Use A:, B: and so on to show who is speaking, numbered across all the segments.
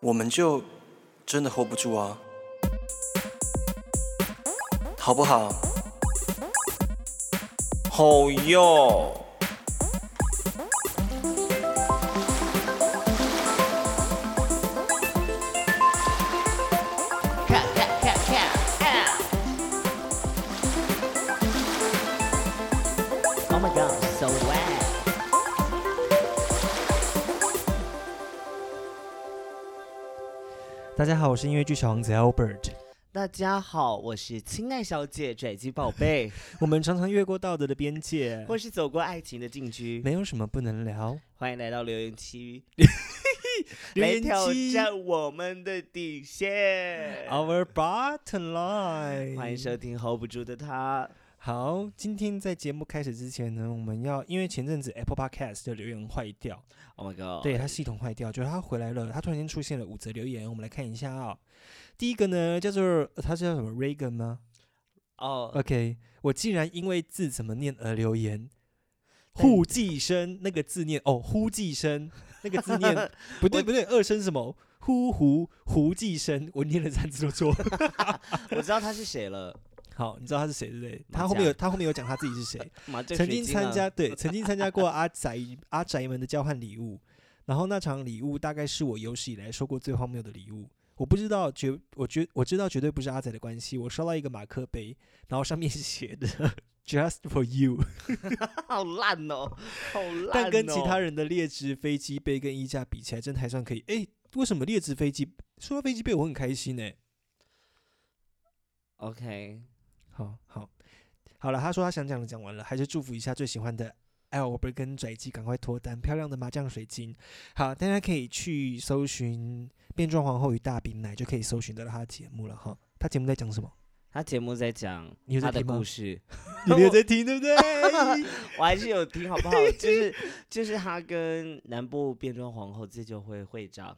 A: 我们就真的 hold 不住啊，好不好？好哟。
B: Oh
C: 看看看看啊！Oh my god, so wet.
B: 大家好，我是音乐剧小王子 Albert。
C: 大家好，我是亲爱小姐拽鸡宝贝，
B: 我们常常越过道德的边界，
C: 或是走过爱情的禁区。
B: 没有什么不能聊。
C: 欢迎来到留言区，
B: 留
C: 来
B: 言
C: 挑
B: 区
C: 战我们的底线。
B: Our bottom line，
C: 欢迎收听 hold 不住的他，
B: 好，今天在节目开始之前呢，我们要因为前阵子 Apple Podcast 的留言坏掉，
C: Oh my god！
B: 对它系统坏掉，就是它回来了，它突然间出现了五则留言，我们来看一下啊、第一个呢叫做呃它是叫什么 Reagan 吗
C: 哦，
B: ？OK，我竟然因为字怎么念而留 言。互寄生那个字念哦，呼寄生那个字 念不对不对，二声什么？呼呼胡寄生，我念了三次都错。
C: 我知道他是谁了，
B: 好，你知道他是谁对不对？
C: 马
B: 他后面有
C: 甲
B: 他后面有讲他自己是谁，
C: 麻醉
B: 曾
C: 水
B: 经
C: 晶啊
B: 参加对，曾经参加过阿宅阿宅们的交换礼物，然后那场礼物大概是我有史以来收过最荒谬的礼物。我不知道绝，我觉我知道绝对不是阿仔的关系。我收到一个马克杯，然后上面 写的 “Just for you”，、
C: 好烂哦，好 烂、哦。
B: 但跟其他人的劣质飞机杯跟衣架比起来，真的还算可以。诶，为什么劣质飞机？说到飞机杯，我很开心呢、
C: OK，
B: 好好好了，他说他想讲的讲完了，还是祝福一下最喜欢的艾尔伯跟拽机赶快脱单，漂亮的麻将水晶。好，大家可以去搜寻《变装皇后与大饼奶》，就可以搜寻得到他的节目了哈。他节目在讲什么？
C: 他节目在讲
B: 你有在
C: 他的
B: 听吗
C: 故事，
B: 你没有在听对不对？
C: 我还是有听，好不好？就是就是他跟南部变装皇后自救会会长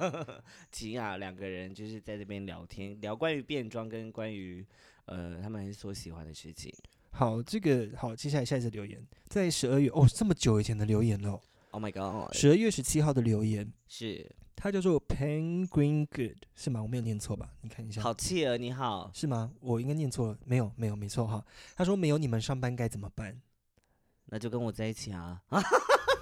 C: 吉雅两个人就是在这边聊天，聊关于变装跟关于呃他们所喜欢的事情。
B: 好，这个好，接下来下一次留言，在十二月哦，这么久以前的留言了，哦
C: Oh my god！
B: 十二月十七号的留言，
C: 是
B: 它叫做 Penguin Good 是吗？我没有念错吧？你看一下，
C: 好气儿，你好，
B: 是吗？我应该念错了，没有没有没错哈。他说没有你们上班该怎么办？
C: 那就跟我在一起啊！。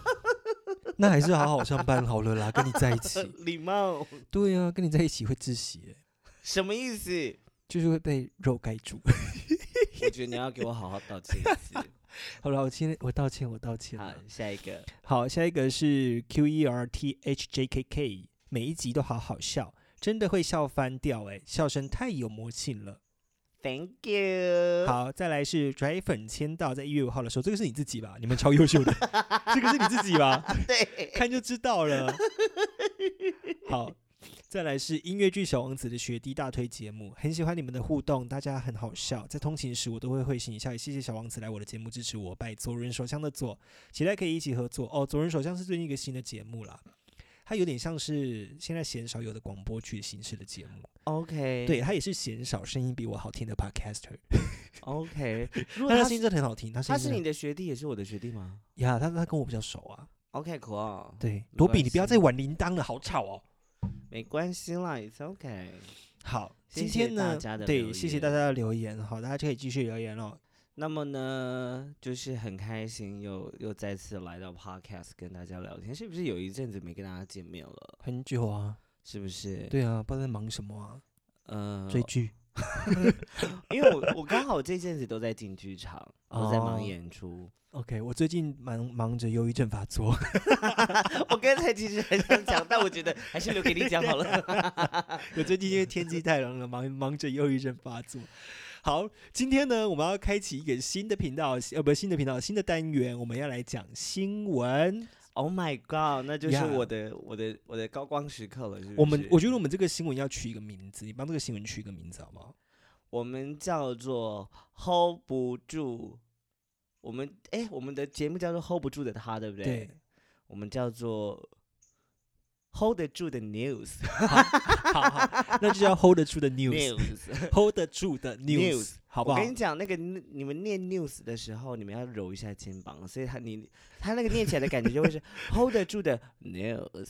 B: 那还是好好上班好了啦，跟你在一起
C: 礼貌
B: 对啊，跟你在一起会窒息耶，
C: 什么意思？
B: 就是会被肉盖住。
C: 我觉得你要给我好好道歉一次。
B: 好了，我今天我道歉，我道歉
C: 好
B: 了。，
C: 下一个
B: 好，下一个是 Q E R T H J K K，每一集都好好笑，真的会笑翻掉哎，笑声太有魔性了。
C: ，Thank you。
B: 好，再来是拽粉签到，在一月五号的时候，这个是你自己吧？你们超优秀的，这个是你自己吧？
C: 对，
B: 看就知道了。好，再来是音乐剧《小王子》的学弟大推节目，很喜欢你们的互动，大家很好笑，在通勤时我都会会心一笑，也谢谢小王子来我的节目支持我，拜左人手枪的左，期待可以一起合作哦。左人手枪是最近一个新的节目啦。它有点像是现在鲜少有的广播剧形式的节目，
C: OK，
B: 对，它也是鲜少声音比我好听的 podcaster，
C: ，OK。如 果
B: 但他
C: 他
B: 声音
C: 是
B: 真的很好听，他声
C: 他
B: 音
C: 是
B: 真的
C: 你的学弟，也是我的学弟吗
B: 呀，他他跟我比较熟啊，
C: ？OK，可哦，
B: 对，
C: 没
B: 罗比
C: 关
B: 你不要
C: 系
B: 再玩铃铛了，好吵哦。
C: 没关系啦，It's OK。
B: 好，
C: 谢
B: 今
C: 谢
B: 天
C: 大
B: 呢，
C: 家的留
B: 对，谢谢大
C: 言
B: 家的留言，好，大家就可以继续留言了。
C: 那么呢，就是很开心又又再次来到 Podcast 跟大家聊天，是不是有一阵子没跟大家见面了？
B: 很久啊，
C: 是不是？，
B: 对啊，不知道在忙什么啊，
C: 呃，
B: 追剧
C: 因为我我刚好这阵子都在进剧场，我在忙
B: 哦
C: 演出。
B: OK，我最近忙忙着忧郁症发作，
C: 我刚才其实很想讲，但我觉得还是留给你讲 好了。
B: 我最近因为天气太冷了，忙忙着忧郁症发作。好，今天呢，我们要开启一个新的频道，呃，不是新的频道，新的单元，我们要来讲新闻。
C: Oh my god，那就是
B: Yeah
C: 我的我的我的高光时刻了，是不是？
B: 我们我觉得我们这个新闻要取一个名字，你帮这个新闻取一个名字好 吗？
C: 我们叫做 hold 不住，我们哎，我们的节目叫做 hold 不住的他，对不对？
B: 对，
C: 我们叫做 hold 得住的 news
B: 好好，那就叫 hold 得住的 news，hold
C: news。
B: 得住的 news，
C: News
B: 好不
C: 我
B: 好？
C: 跟你讲，那个你你们念 news 的时候，你们要揉一下肩 膀，所以他你他那个念起来的感觉就会是 hold 得住的 news。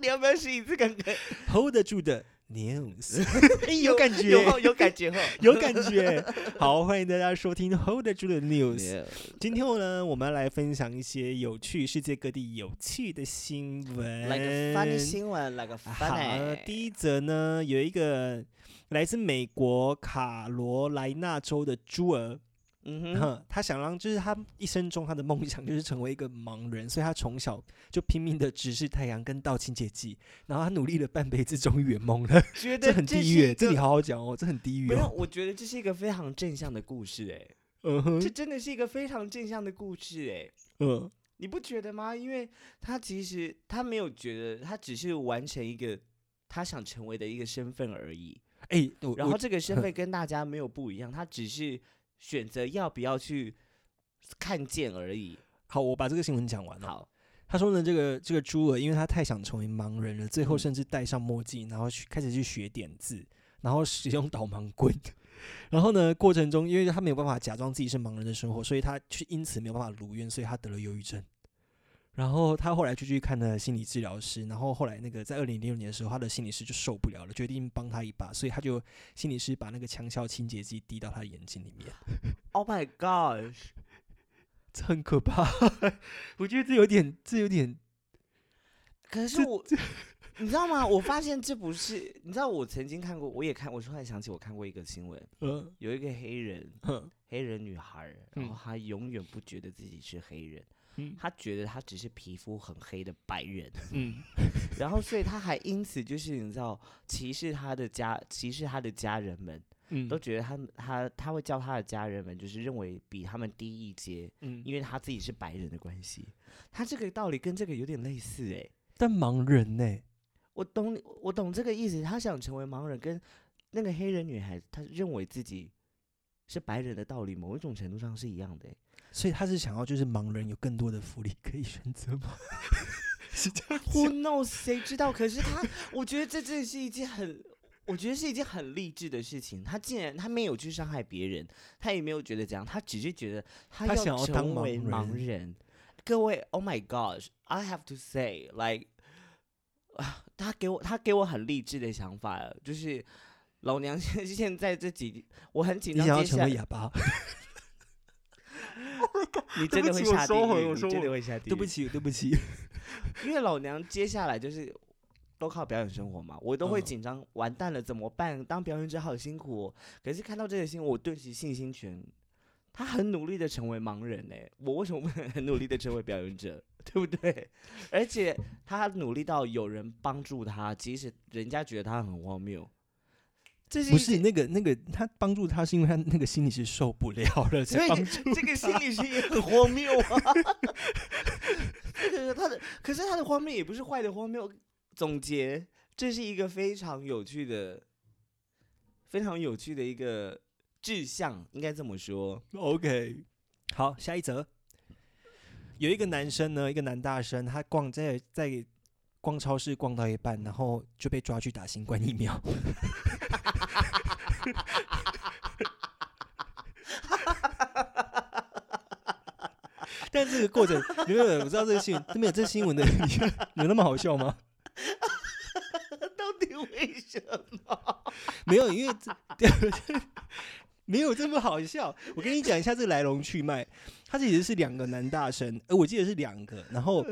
C: 你要不要试一次看看？
B: hold 得住的 news，哎
C: 有
B: 感觉，
C: 有有感觉后。
B: 有感觉。好，欢迎大家收听 hold 得住的 news。今天呢，我们要来分享一些有趣世界各地有趣的新闻。啊
C: Like a funny 新闻，like a
B: 嗯好
C: funny。，
B: 第一则呢，有一个来自美国卡罗来纳州的朱儿，
C: 嗯哼，
B: 哼，他想让，就是他一生中他的梦想就是成为一个盲人，所以他从小就拼命的直视太阳跟道清洁剂，然后他努力了半辈子，终于圆梦了。
C: 觉得
B: 这很
C: 是
B: 地狱欸，
C: 一
B: 这
C: 个
B: 里好好讲哦，这很地狱
C: 没有，
B: 哦。
C: 我觉得这是一个非常正向的故事，哎，
B: 嗯哼，
C: 这真的是一个非常正向的故事，哎，
B: 嗯
C: 你不觉得吗？因为他其实他没有觉得，他只是完成一个他想成为的一个身份而已。
B: 哎、我
C: 然后
B: 我
C: 这个身份跟大家没有不一样，他只是选择要不要去看见而已。
B: 好，我把这个新闻讲完了。
C: 好，
B: 他说呢，这个这个朱尔，因为他太想成为盲人了，最后
C: 嗯
B: 甚至戴上墨镜，然后去开始去学点字，然后使用导盲棍。 然后呢，过程中因为他没有办法假装自己是盲人的生活，所以他去因此没有办法如愿，所以他得了忧郁症。然后他后来就去看了心理治疗师，然后后来那个在二零零六年的时候，他的心理师就受不了了，决定帮他一把，所以他就心理师把那个强效清洁剂滴到他的眼睛里面。
C: Oh my God！
B: 这很可怕， 我觉得这有点，这有点，
C: 可是我， 你知道吗？我发现这不是，你知道我曾经看过，我也看，我突然想起我看过一个新闻，
B: 呃，
C: 有一个黑人
B: 哼
C: 黑人女孩儿，然后
B: 嗯
C: 她永远不觉得自己是黑人，
B: 嗯
C: 她觉得她只是皮肤很黑的白人，
B: 嗯，
C: 然后所以她还因此就是你知道歧视她的家歧视她的家人们。
B: 嗯
C: 都觉得他们他他会叫他的家人们，就是认为比他们低一阶，
B: 嗯，
C: 因为他自己是白人的关系。他这个道理跟这个有点类似诶、
B: 但盲人呢、
C: 我懂你我懂这个意思。他想成为盲人，跟那个黑人女孩，她认为自己是白人的道理，某一种程度上是一样的欸、
B: 所以他是想要就是盲人有更多的福利可以选择吗？是这样
C: Who
B: 子，
C: knows？谁知道？可是他，我觉得这真的是一件很，我觉得是一件很励志的事情。他竟然他没有去伤害别人，他也没有觉得怎样，他只是觉得他
B: 他想要当
C: 成为
B: 盲
C: 盲
B: 人
C: 人。各位，Oh my gosh，I have to say，like，啊，他给我他给我很励志的想法，就是老娘现现在这几，我很紧
B: 你
C: 张，
B: 想要
C: 接
B: 成
C: 下
B: 为
C: 来
B: 哑巴？
C: 你
B: 对
C: 真
B: 不
C: 的会
B: 起我
C: 下地
B: 收回
C: 狱，
B: 我
C: 你
B: 收
C: 真
B: 回
C: 的会下地狱，
B: 对不起，对不起，
C: 因为老娘接下来就是都靠表演生活嘛，我都会
B: 嗯
C: 紧张，完蛋了怎么办？当表演者好辛苦、哦。可是看到这个新闻，我顿时信心全。他很努力的成为盲人呢、我为什么不能很努力的成为表演者， 对不对？而且他努力到有人帮助他，即使人家觉得他很荒谬，这是一
B: 不
C: 件
B: 是那个那个，他帮助他是因为他那个心理是受不了了
C: 所
B: 才
C: 以
B: 帮
C: 这
B: 助。
C: 这个心理学也很荒谬啊。 这个他的，可是他的荒谬也不是坏的荒谬。总结，这是一个非常有趣的、非常有趣的一个志向，应该这么说。
B: OK，好，下一则。有一个男生呢，一个男大生，他逛在在逛超市逛到一半，然后就被抓去打新冠疫苗。 但这个过程，没有，我知道这个新闻，没有这新闻的有那么好笑吗？
C: 到底为什么？
B: 没有，因为这没有这么好笑。我跟你讲一下这个来龙去脉，他其实是两个男大生，呃，我记得是两个，然 后。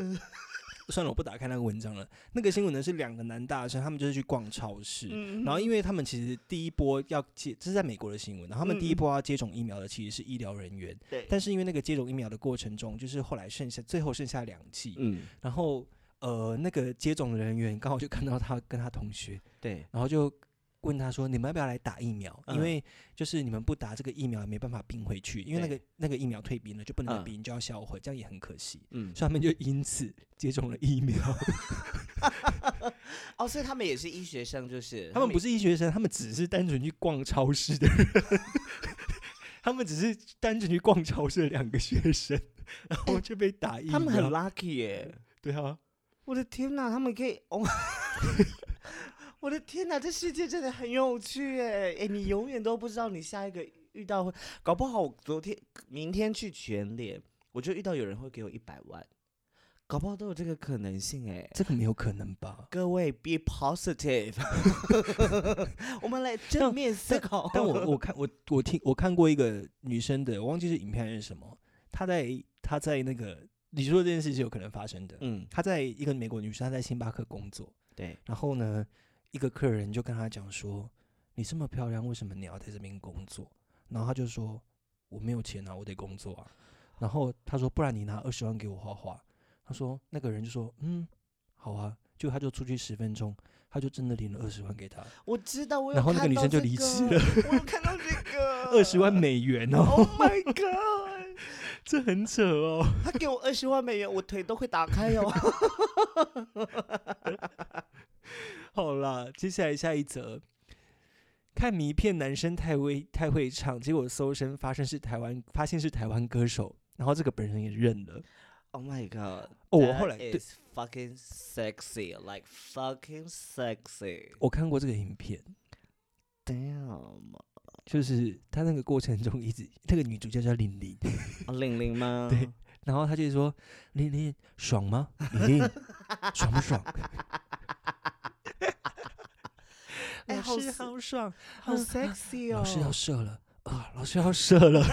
B: 算了，我不打开那个文章了。那个新闻呢是两个男大生，他们就是去逛超市，
C: 嗯
B: 然后因为他们其实第一波要接，这是在美国的新闻，然后他们
C: 嗯
B: 第一波要接种疫苗的其实是医疗人员，
C: 对
B: 但是因为那个接种疫苗的过程中，就是后来剩下最后剩下两剂，
C: 嗯，
B: 然后呃那个接种人员刚好就看到他跟他同学，
C: 对，
B: 然后就问他说：“你们要不要来打疫苗？因
C: 嗯
B: 为就是你们不打这个疫苗，也没办法并回去，因为那
C: 对
B: 个那个疫苗退兵了，就不能再
C: 嗯
B: 冰，就要销毁，这样也很可惜。
C: 嗯，
B: 所以他们就因此接种了疫苗。
C: 哦，所以他们也是医学生，就是
B: 他们不
C: 是
B: 是医学生，他们只是单纯去逛超市的人， 他们只是单纯去逛超市的两个学生，然后就被打疫苗。
C: 他们很 lucky 耶、
B: 对啊，
C: 我的天哪，他们可以 哦！我的天哪，这世界真的很有趣哎！哎，你永远都不知道你下一个遇到会，搞不好我昨天、明天去全联，我就遇到有人会给我一百万，搞不好都有这个可能性哎。
B: 这个没有可能吧？
C: 各位，be positive，我们来正面思 考。
B: 但我我看我我听我看过一个女生的，我忘记是影片还是什么，她在她在那个你说这件事是有可能发生的。
C: 嗯，
B: 她在一个美国女生，她在星巴克工作，
C: 对，
B: 然后呢，一个客人就跟她讲说：“你这么漂亮，为什么你要在这边工作？”然后她就说：“我没有钱啊，我得工作啊。”然后她说：“不然你拿二十万给我花花。”她说：“那个人就说：‘嗯，好啊。’就她就出去十分钟，她就真的领了二十万给他，
C: 我知道，我有
B: 然后那个
C: 看
B: 女
C: 到
B: 生就
C: 这
B: 离职
C: 个
B: 了，
C: 我有看到这个
B: 二十万。美元哦，
C: Oh my god！
B: 这很扯哦。
C: 他给我二十万美元，我腿都会打开哟、
B: 好啦，接下来下一则，看迷片男生太会太会唱，结果搜身发现是台湾，发现是台湾歌手，然后这个本人也认了。
C: Oh my god！
B: 哦我后来
C: that
B: 对
C: is fucking sexy, like fucking sexy.
B: 我看过这个影片，
C: Damn！
B: 就是他那个过程中一直那个女主角叫玲玲，
C: 哦玲玲吗？
B: 对然后他就说玲玲爽吗？玲玲爽不爽？
C: 哎
B: 老
C: 好
B: 师
C: 色
B: 好爽，
C: 好 sexy 哦！
B: 老师要射了啊！老师要射了。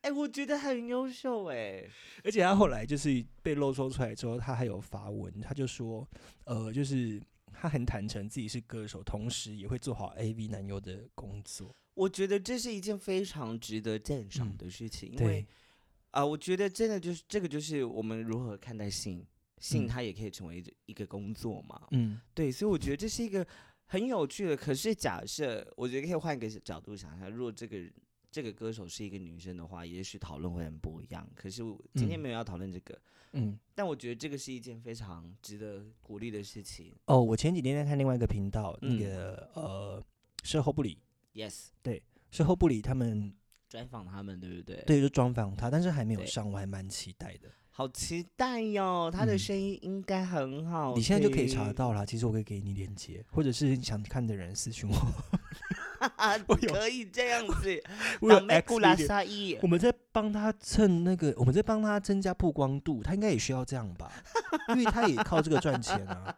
C: 哎、我觉得很优秀哎、
B: 而且他后来就是被露出出来之后，他还有发文，他就说，呃，就是他很坦诚自己是歌手，同时也会做好 AV 男优的工作。
C: 我觉得这是一件非常值得赞赏
B: 嗯
C: 的事情，因为
B: 对，
C: 啊、我觉得真的就是这个就是我们如何看待性，
B: 嗯
C: 性它也可以成为一个工作嘛，
B: 嗯，
C: 对，所以我觉得这是一个很有趣的。可是假设，我觉得可以换一个角度想一下，如果这个人这个歌手是一个女生的话，也许讨论会很不一样。可是我今天
B: 嗯
C: 没有要讨论这个，
B: 嗯，
C: 但我觉得这个是一件非常值得鼓励的事情。
B: 哦，我前几天在看另外一个频道，那
C: 嗯
B: 个呃，事后不理，
C: Yes，
B: 事后不理，他们
C: 专访他们，对不对？，
B: 对就专访他，但是还没有
C: 对
B: 上，我还蛮期待的。
C: 好期待哟，他的
B: 嗯
C: 声音应该很好听、
B: 你现在就可以查到啦，其实我可以给你链接，或者是你想看的人私信我。 我有
C: 可以这样子。
B: 我有
C: 当麦
B: X
C: 古拉
B: video
C: 沙伊
B: 我，们在帮他蹭那个，我们在帮他增加曝光度，他应该也需要这样 吧？因为他也靠这个赚钱 啊。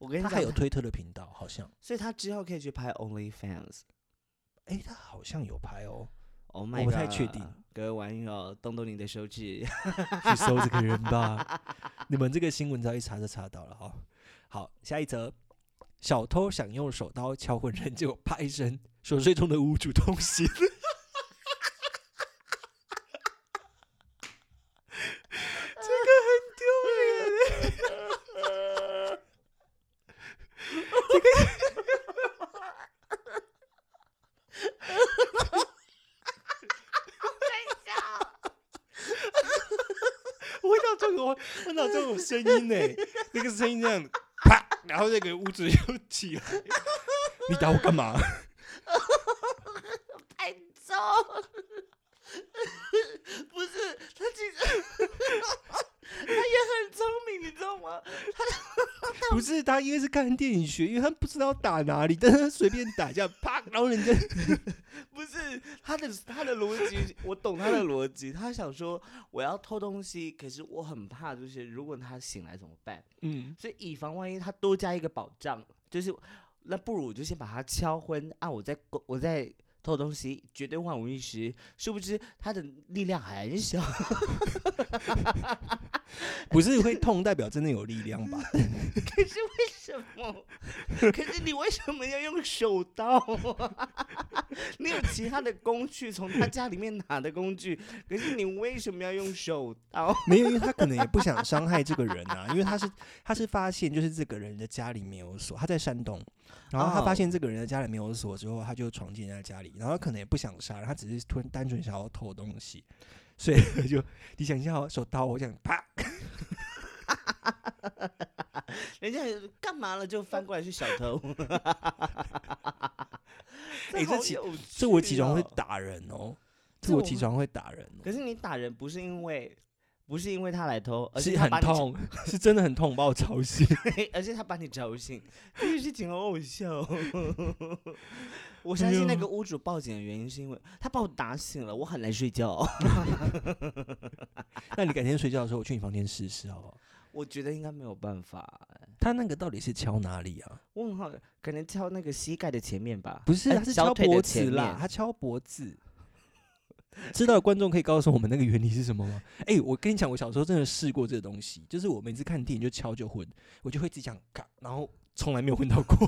C: 我跟你
B: 他
C: 讲，
B: 还有推特的频道，好像，
C: 所以他之后可以去拍 OnlyFans。
B: 哎、他好像有拍 哦，
C: Oh
B: 我
C: my god！
B: 不太确定，
C: 各位网友，动动你的手指。
B: 去搜这个人吧。你们这个新闻只要一查就查到了哈、好，下一则，小偷想用手刀敲昏人，结果啪一声，熟睡中的屋主痛醒。 我想这个，我脑中有声音 呢，那个声音这样啪，然后那个屋主就起来。 你打我干嘛？
C: 太糟， 不是他其实 他也很聪明，你知道吗？
B: 不是，他应该是看电影学，因为他不知道打哪里，但是他随便打一下， 啪，然后人家
C: 不是他的他的逻辑，我懂他的逻辑。他想说我要偷东西，可是我很怕，就是如果他醒来怎么办？
B: 嗯，
C: 所以以防万一，他多加一个保障，就是那不如我就先把他敲昏啊！我在我在偷东西，绝对万无一失。殊不知他的力量很小，
B: 不是会痛代表真的有力量吧？
C: 可是为什么？ 可是你为什么要用手刀、 你有其他的工具，从他家里面拿的工具，可是你为什么要用手刀？
B: 没有，因为他可能也不想伤害这个人啊，因为他是他是发现就是这个人的家里没有锁，他在山东，然后他发
C: 哦
B: 现这个人的家里没有锁之后，他就闯进人家家里，然后他可能也不想杀人，他只是突然单纯想要偷东西，所以就你想一下哦，手刀，我想啪，
C: 啊人家干嘛了就翻过来是小偷？
B: 哎这
C: 好
B: 其
C: 有
B: 这我
C: 趣
B: 起床会
C: 哦
B: 打人哦，
C: 这
B: 这我
C: 我
B: 起
C: 会
B: 床会打人哦、
C: 可是你打人不是因为不是因为他来偷，而
B: 是
C: 是他
B: 很
C: 把你吵，
B: 痛，是真的很痛，把我吵醒。
C: 而是他把你吵 醒，这件事情好好笑 哦。我相信那个屋主报警的原因是因为他把我打醒了，我很难睡觉。
B: 那你改天睡觉的时候，我去你房间试试好不好？
C: 我觉得应该没有办法。
B: 他那个到底是敲哪里啊？
C: 问号可能敲那个膝盖的前面吧？
B: 不是，
C: 哎
B: 他是
C: 小
B: 敲
C: 腿的
B: 脖
C: 前
B: 子啦
C: 面，
B: 他敲脖子。 知道的观众可以告诉我们那个原理是什么吗？哎、我跟你讲，我小时候真的试过这个东西，就是我每次看电影就敲就昏，我就会自己想嘎，然后从来没有昏到过。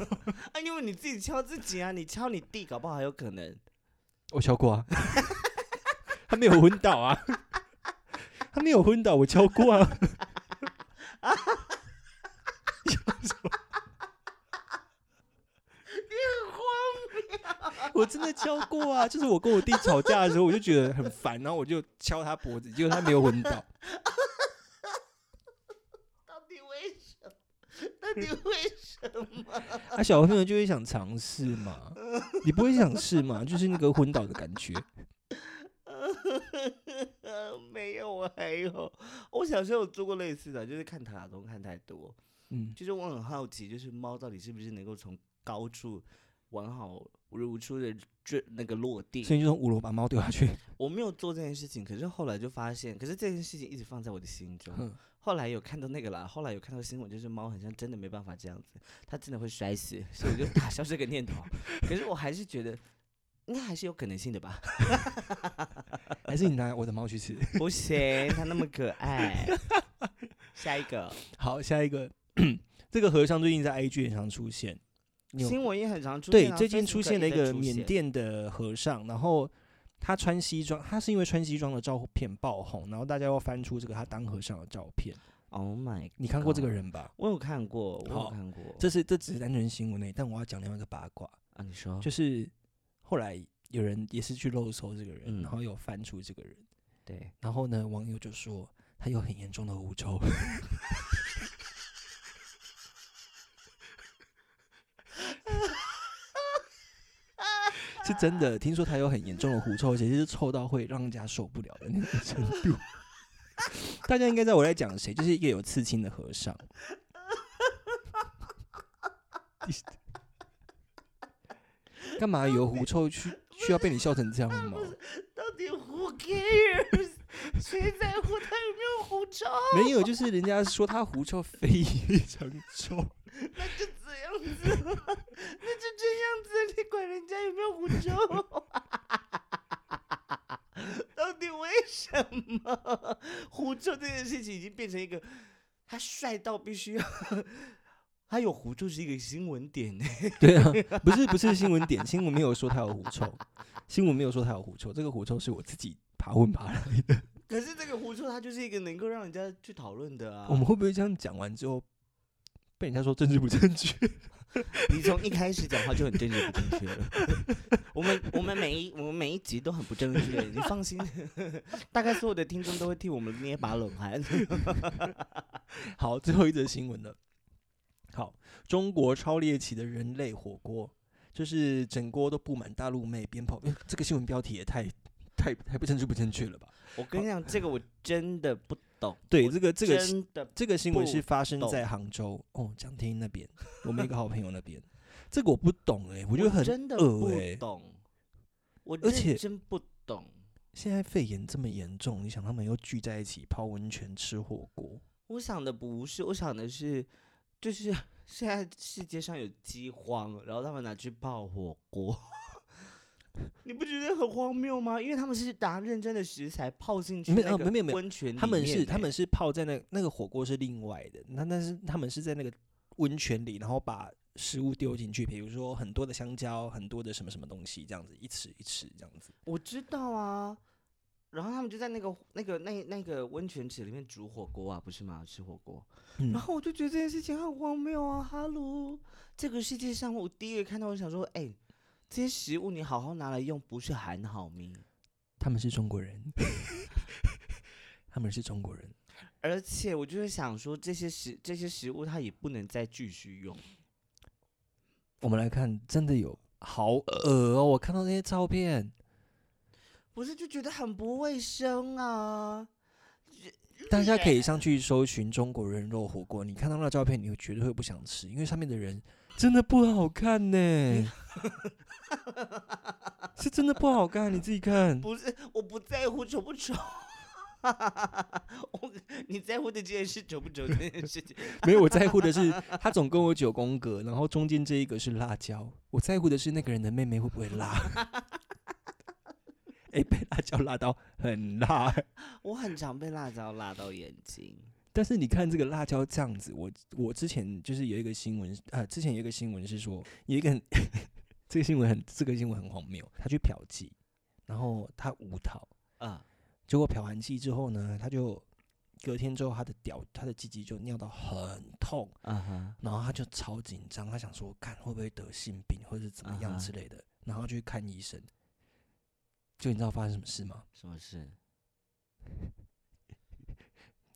C: 啊，因为你自己敲自己啊，你敲你弟，搞不好还有可能。
B: 我敲过啊， 他没有昏倒 啊，他没有昏倒，我敲过啊。我真的敲过啊，就是我跟我弟吵架的时候，我就觉得很烦，然后我就敲他脖子，结果他没有昏倒。
C: 到底为什么？ 到底为什么？
B: 啊，小朋友就会想尝试嘛，你不会想试嘛？就是那个昏倒的感觉。
C: 没有，我还有，我小时候有做过类似的，就是看卡通看太多，
B: 嗯，
C: 就是我很好奇，就是猫到底是不是能够从高处完好如初的坠那个落
B: 所
C: 地。
B: 以就从五楼把猫丢下去。
C: 我没有做这件事情，可是后来就发现，可是这件事情一直放在我的心中。
B: 嗯
C: 后来有看到那个啦，后来有看到新闻，就是猫好像真的没办法这样子，它真的会摔死，所以我就打消这个念头。 可是我还是觉得，应该还是有可能性的吧？
B: 还是你拿我的猫去吃。
C: 不行，它那么可爱。下一个
B: 好，下一个，这个和尚最近在 IG 也常出现，你有
C: 新闻也很常出
B: 对
C: 现、啊，
B: 最近出
C: Facebook
B: 现了一
C: 也在
B: 个
C: 出
B: 缅
C: 现，
B: 甸的和尚，然后他穿西装，他是因为穿西装的照片爆红，然后大家要翻出这个他当和尚的照片。
C: Oh my，
B: 你看过这个
C: 靠
B: 人吧？
C: 我有看过，我有
B: 好
C: 看过。
B: 这是这只是单纯新闻内，但我要讲另外一个八卦，
C: 啊，你说
B: 就是后来有人也是去肉搜这个人，
C: 嗯
B: 然后有翻出这个人，
C: 对，
B: 然后呢，网友就说他有很严重的狐臭。 是真的，听说他有很严重的狐臭，而且是臭到会让人家受不了的那种程度。 大家应该知道我在讲谁，就是一个有刺青的和尚。 干嘛有狐臭需需要被你笑成这样吗？
C: 到底 Who cares？谁在乎他有没有狐臭？
B: 没有，就是人家说他狐臭非常臭，
C: 那就这样子，那就这样子，你管人家有没有狐臭？ 到底为什么狐臭这件事情已经变成一个，他帅到必须要， 他有狐臭是一个新闻点呢？
B: 对啊，不是不是新闻点，新闻没有说他有狐臭，新闻没有说他有狐臭，这个狐臭是我自己爬问爬 来的。
C: 可是这个狐臭它就是一个能够让人家去讨论的啊
B: 我。们会不会这样讲完之后，被人家说政治不正确？
C: 你从一开始讲话就很政治不正确了。 我们我们每一我们每一集都很不正确，你放心， 大概所有的听众都会替我们捏把冷汗。
B: 好，最后一则新闻了。好，中国超猎奇的人类火锅，就是整锅都布满大陆妹鞭炮。呃这个新闻标题也太太太不政治不正确了吧？
C: 我跟你讲，这个我真的不懂。
B: 对，
C: 我
B: 这个这个
C: 真的
B: 这个新闻是
C: 不
B: 发生
C: 懂
B: 在杭州哦，江天那边， 我们一个好朋友那边。这个我不懂哎、我觉得很
C: 真的
B: 恶
C: 不
B: 哎、
C: 懂，我
B: 而且
C: 认真不懂。
B: 现在肺炎这么严重，你想他们又聚在一起泡温泉、吃火锅，
C: 我想的不是，我想的是，就是 现在世界上有饥荒，然后他们拿去泡火锅， 你不觉得很荒谬吗？因为他们是拿认真的食材泡进去
B: 没
C: 那
B: 啊
C: 个
B: 没有没有
C: 温泉里面欸、
B: 他们是他们是泡在那那个火锅是另外的，那但是他们是在那个温泉里，然后把食物丢进去，比如说很多的香蕉，很多的什么什么东西，这样子一吃一吃这样子。
C: 我知道啊。然后他们就在那个那个那那个温泉池里面煮火锅啊，不是吗？吃火锅，
B: 嗯
C: 然后我就觉得这件事情很荒谬啊！哈喽，这个世界上我第一个看到，我想说，哎、这些食物你好好拿来用，不是很好吗？
B: 他们是中国人， 他们是中国人。
C: 而且我就会想说，这些食这些食物它也不能再继续用。
B: 我们来看，真的有好恶哦！我看到那些照片，
C: 不是就觉得很不卫生啊。
B: 大家可以上去搜寻中国人肉火锅，你看到那照片，你会绝对会不想吃，因为上面的人真的不好看 呢、是真的不好看，你自己看。
C: 不是，我不在乎丑不丑。 我你在乎的竟然是丑不丑这件事情，
B: 没有，我在乎的是他总共有九宫格，然后中间这一个是辣椒，我在乎的是那个人的妹妹会不会 辣。哎、被辣椒辣到很辣，
C: 我很常被辣椒辣到眼睛。
B: 但是你看这个辣椒这样子，我我之前就是有一个新闻，呃，之前有一个新闻是说有一个人 这个新闻很这个新闻很荒谬，他去嫖妓，然后他无套，
C: 啊、
B: 结果嫖完妓之后呢，他就隔天之后他的屌他的鸡鸡就尿到很痛，
C: 啊哈，
B: 然后他就超紧张，他想说看会不会得性病或者是怎么
C: 啊
B: 样
C: 哈
B: 之类的，然后就去看医生。就你知道发生什么事吗？
C: 什么事？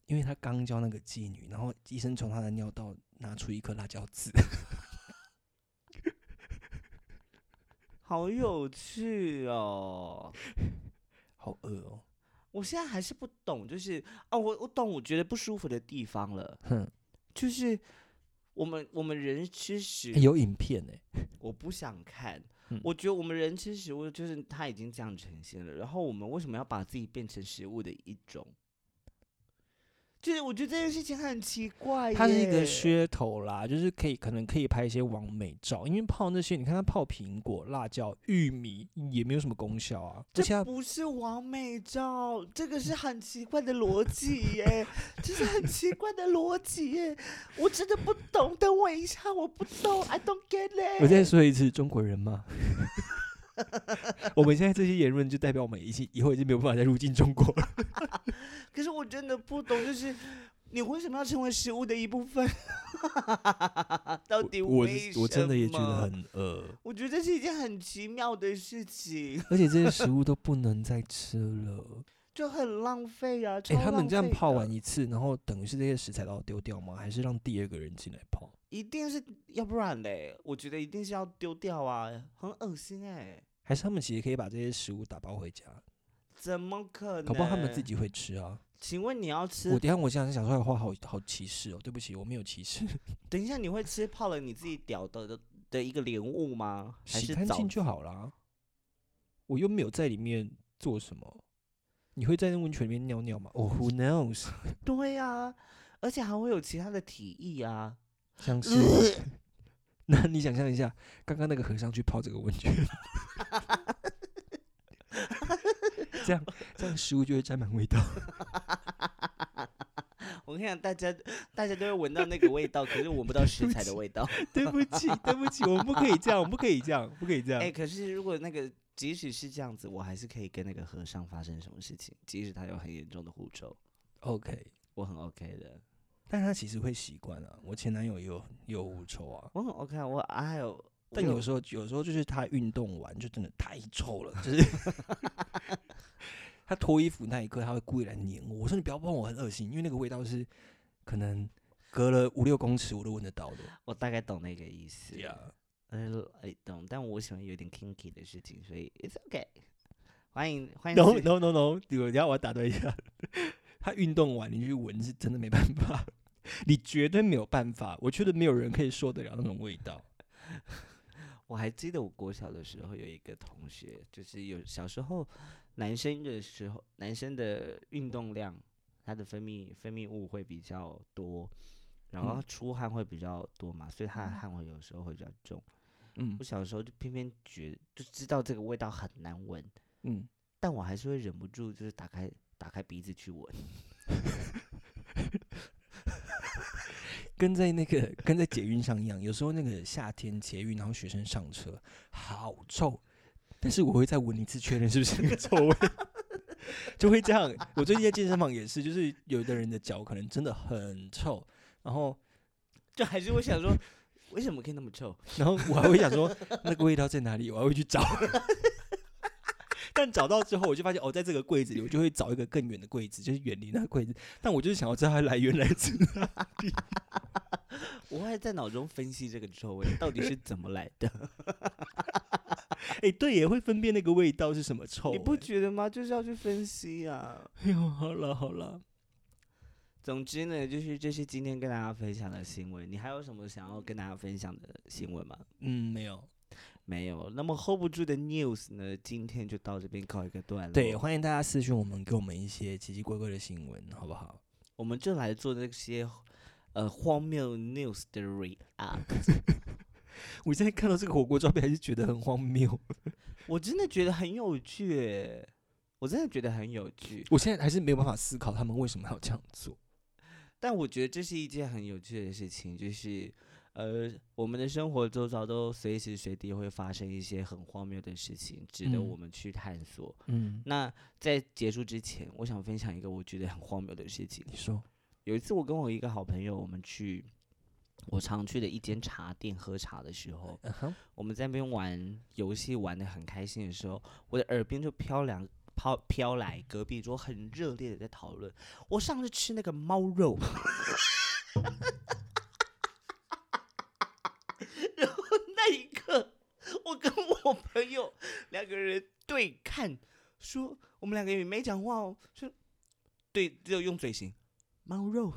B: 因为他刚教那个妓女，然后医生从他的尿道拿出一颗辣椒籽，
C: 好有趣哦！
B: 好恶哦、
C: 我现在还是不懂，就是哦，我我懂，我觉得不舒服的地方了，
B: 哼，
C: 就是我们我们人吃食，
B: 欸有影片哎、
C: 我不想看。
B: 嗯
C: 我觉得我们人吃食物，就是它已经这样呈现了，然后我们为什么要把自己变成食物的一种？就是我觉得这件事情很奇哎怪耶，
B: 它是一个噱头啦，就是可以可能可以拍一些完美照，因为泡那些你看它泡苹果、辣椒、玉米也没有什么功效啊，而且
C: 这
B: 它
C: 不是完美照，这个是很奇怪的逻辑耶，这是很奇怪的逻辑耶，我真的不懂。等我一下，我不懂，I don't get it。
B: 我再说一次，中国人 吗？我们现在这些言论就代表我们已经以后已经没有办法再入境中国了。
C: 可是我真的不懂，就是你为什么要成为食物的一部分？ 到底
B: 我
C: 为
B: 是我真的也
C: 什
B: 觉得
C: 么，
B: 很饿，
C: 我觉得这是一件很奇妙的事情，
B: 而且这些食物都不能再吃了。
C: 就很浪费啊。
B: 哎、
C: 超
B: 他们
C: 浪
B: 这样
C: 费
B: 泡
C: 的
B: 完一次，然后等于是这些食材都要丢掉吗？还是让第二个人进来泡？
C: 一定是要不然嘞，我觉得一定是要丢掉啊，很恶心哎、
B: 还是他们其实可以把这些食物打包回家，
C: 怎么可能？
B: 搞不好他们自。己会吃啊。
C: 请问你要吃
B: 我？等一下我想想出来的话好好歧视哦，对不起，我没有歧 视，
C: 等一下你会吃泡了你自己屌的的的一个莲雾吗？还
B: 洗
C: 是
B: 干
C: 早
B: 净就好啦。我又没有在里面做什么。你会在那温泉里面尿尿吗？哦、w h o knows？
C: 对啊，而且还会有其他的提议啊。
B: 像 是，那你想象一下，刚刚那个和尚去泡这个温泉， 这样这样食物就会沾满味道。
C: 我跟你讲，大家大家都会闻到那个味道，可是闻不到食材的味道。
B: 对不起，对不起，我们不可以这样，我们不可以这样，不可以这样。
C: 哎、可是如果那个即使是这样子，我还是可以跟那个和尚发生什么事情，即使他有很严重的狐臭，
B: OK，
C: 我很 OK 的，
B: 但他其实会习惯啊。我前男友也有也有狐臭啊，
C: 我很 OK，啊我还有。
B: 但
C: 我
B: 有时候有时候就是他运动完就真的太臭了，就是他脱衣服那一刻他会故意来黏我。我说你不要碰我，很恶心，因为那个味道是可能隔了五六公尺我都闻得到的。
C: 我大概懂那个意思。
B: 对呀，
C: 嗯，哎，懂，但我喜欢有点 kinky 的事情，所以 it's okay。欢迎欢迎
B: ，no
C: 是
B: no no no，等一下我要打断一下， 他运动完你去闻是真的没办法， 你绝对没有办法，我觉得没有人可以受得了那种味道。
C: 我还记得我国小的时候有一个同学，就是有小时候男生的时候，男生的运动量，他的分泌分泌物会比较多，然后
B: 嗯
C: 出汗会比较多嘛，所以他的汗会有时候会比较重。
B: 嗯
C: 我小时候就偏偏觉就知道这个味道很难闻，
B: 嗯，
C: 但我还是会忍不住就是打开打开鼻子去闻。
B: 跟在那个跟在捷运上一样，有时候那个夏天捷运，然后学生上车，好臭。但是我会再闻一次确认是不是那个臭味， 就会这样。我最近在健身房也是，就是有的人的脚可能真的很臭，然后
C: 就还是会想说，为什么可以那么臭？
B: 然后我还会想说那个味道在哪里，我还会去找。 但找到之后，我就发现哦，在这个柜子里，我就会找一个更远的柜子，就是远离那个柜子。但我就是想要知道它来源来自
C: 我还在脑中分析这个臭味到底是怎么来 的，
B: 哎、对耶，会分辨那个味道是什么臭、
C: 你不觉得吗？就是要去分析啊。
B: 哎呦，好了好了，
C: 总之呢，就是这是今天跟大家分享的新闻。你还有什么想要跟大家分享的新闻吗？
B: 嗯，没有。
C: 没有。那么 hold 不住的 news 呢，今天就到这边告一个段落。
B: 对，欢迎大家私讯我们，给我们一些奇奇怪怪的新闻，好不好？
C: 我们就来做那些呃荒谬 news 的 react。
B: 我现在看到这个火锅照片，还是觉得很荒谬。
C: 我真的觉得很有趣耶，我真的觉得很有趣。
B: 我现在还是没有办法思考他们为什么要这样做。
C: 但我觉得这是一件很有趣的事情，就是呃，我们的生活周遭都随时随地会发生一些很荒谬的事情，值得
B: 嗯
C: 我们去探索。
B: 嗯，
C: 那在结束之前，我想分享一个我觉得很荒谬的事情。
B: 你说，
C: 有一次，我跟我一个好朋友，我们去我常去的一间茶店喝茶的时候，
B: 嗯哼，
C: 我们在那边玩游戏玩的很开心的时候，我的耳边就飘两飘飘来隔壁桌很热烈的在讨论，我上次吃那个猫肉， 然后那一刻，我跟我朋友两个人对看，说我们两个也没讲话哦，说对，只有用嘴型猫肉，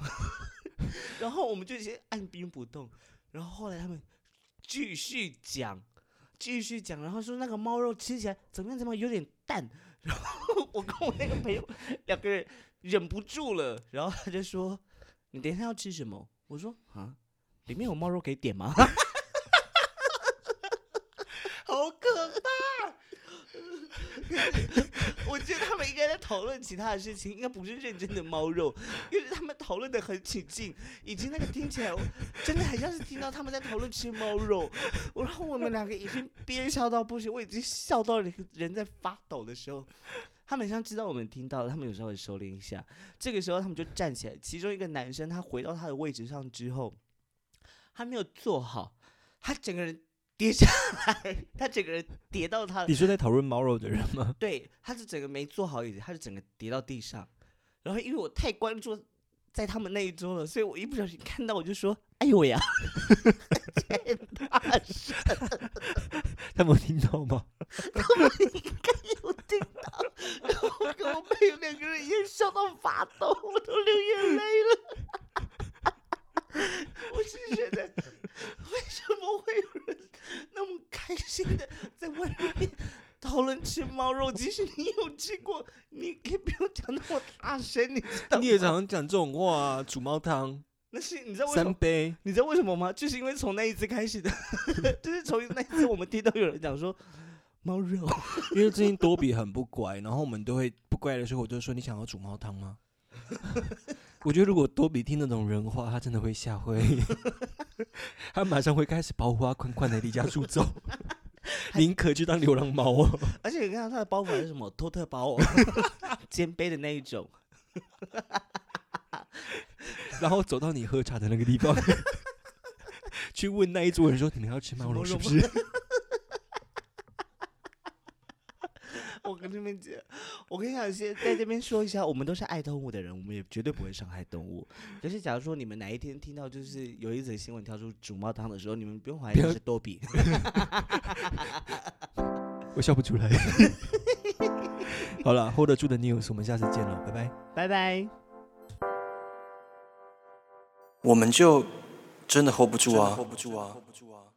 C: 然后我们就先按兵不动，然后后来他们继续讲，继续讲，然后说那个猫肉吃起来怎么样怎么样，有点淡。 然后我跟我那个朋友两个人忍不住了，然后他就说：“你等一下要吃什么？”我说：“啊，里面有猫肉可以点吗？” 好可怕！我觉得他们应该在讨论其他的事情，应该不是认真的猫肉，因为他们讨论的很起劲，以及那个听起来真的很像是听到他们在讨论吃猫肉，我然后我们两个已经憋笑到不行，我已经笑到人人在发抖的时候，他们像知道我们听到了，他们有时候会收敛一下。这个时候他们就站起来，其中一个男生他回到他的位置上之后，他没有坐好，他整个人跌下来，他整个人跌到他
B: 你说在讨论猫肉的人吗？
C: 对，他是整个没坐好椅子，他是整个跌到地上。然后因为我太关注在他们那一桌了，所以我一不小心看到我就说：“哎呦喂呀！” 大声
B: 他们有听到吗？
C: 有听到，然后我跟我朋友两个人也笑到发抖，我都流眼泪了。我是觉得，为什么会有人那么开心的在外面讨论吃猫肉？即使你有吃过，你也不用讲那么大声，你知道吗？
B: 你也常常讲这种话啊，煮猫汤
C: 那是你知道为什
B: 三
C: 么？
B: 杯，
C: 你知道为什么吗？就是因为从那一次开始的， 就是从那一次我们听到有人讲说猫肉，
B: 因为最近多比很不乖，然后我们都会不乖的时候，我就说你想要煮猫汤吗？ 我觉得如果多比听那种人话，他真的会 吓坏，他马上会开始把我花款款的离家出走，宁可去当流浪猫哦。
C: 而且你看他的包袱还是什么托特包、哦， 肩背的那一种。
B: 然后走到你喝茶的那个地方， 去问那一桌人说：“你们要吃猫肉是不是
C: 我跟你们讲，我跟你讲，先在这边说一下，我们都是爱动物的人，我们也绝对不会伤害动物。可是假如说你们哪一天听到就是有一则新闻跳出煮猫汤的时候，你们不用怀疑
B: 不要
C: 是多比。？”
B: 我笑不出来。 好了，hold 得住的 news，我们下次见了，拜拜。
C: 拜拜。
A: 我们就真的 hold 不住啊！hold 不住啊！hold 不住啊！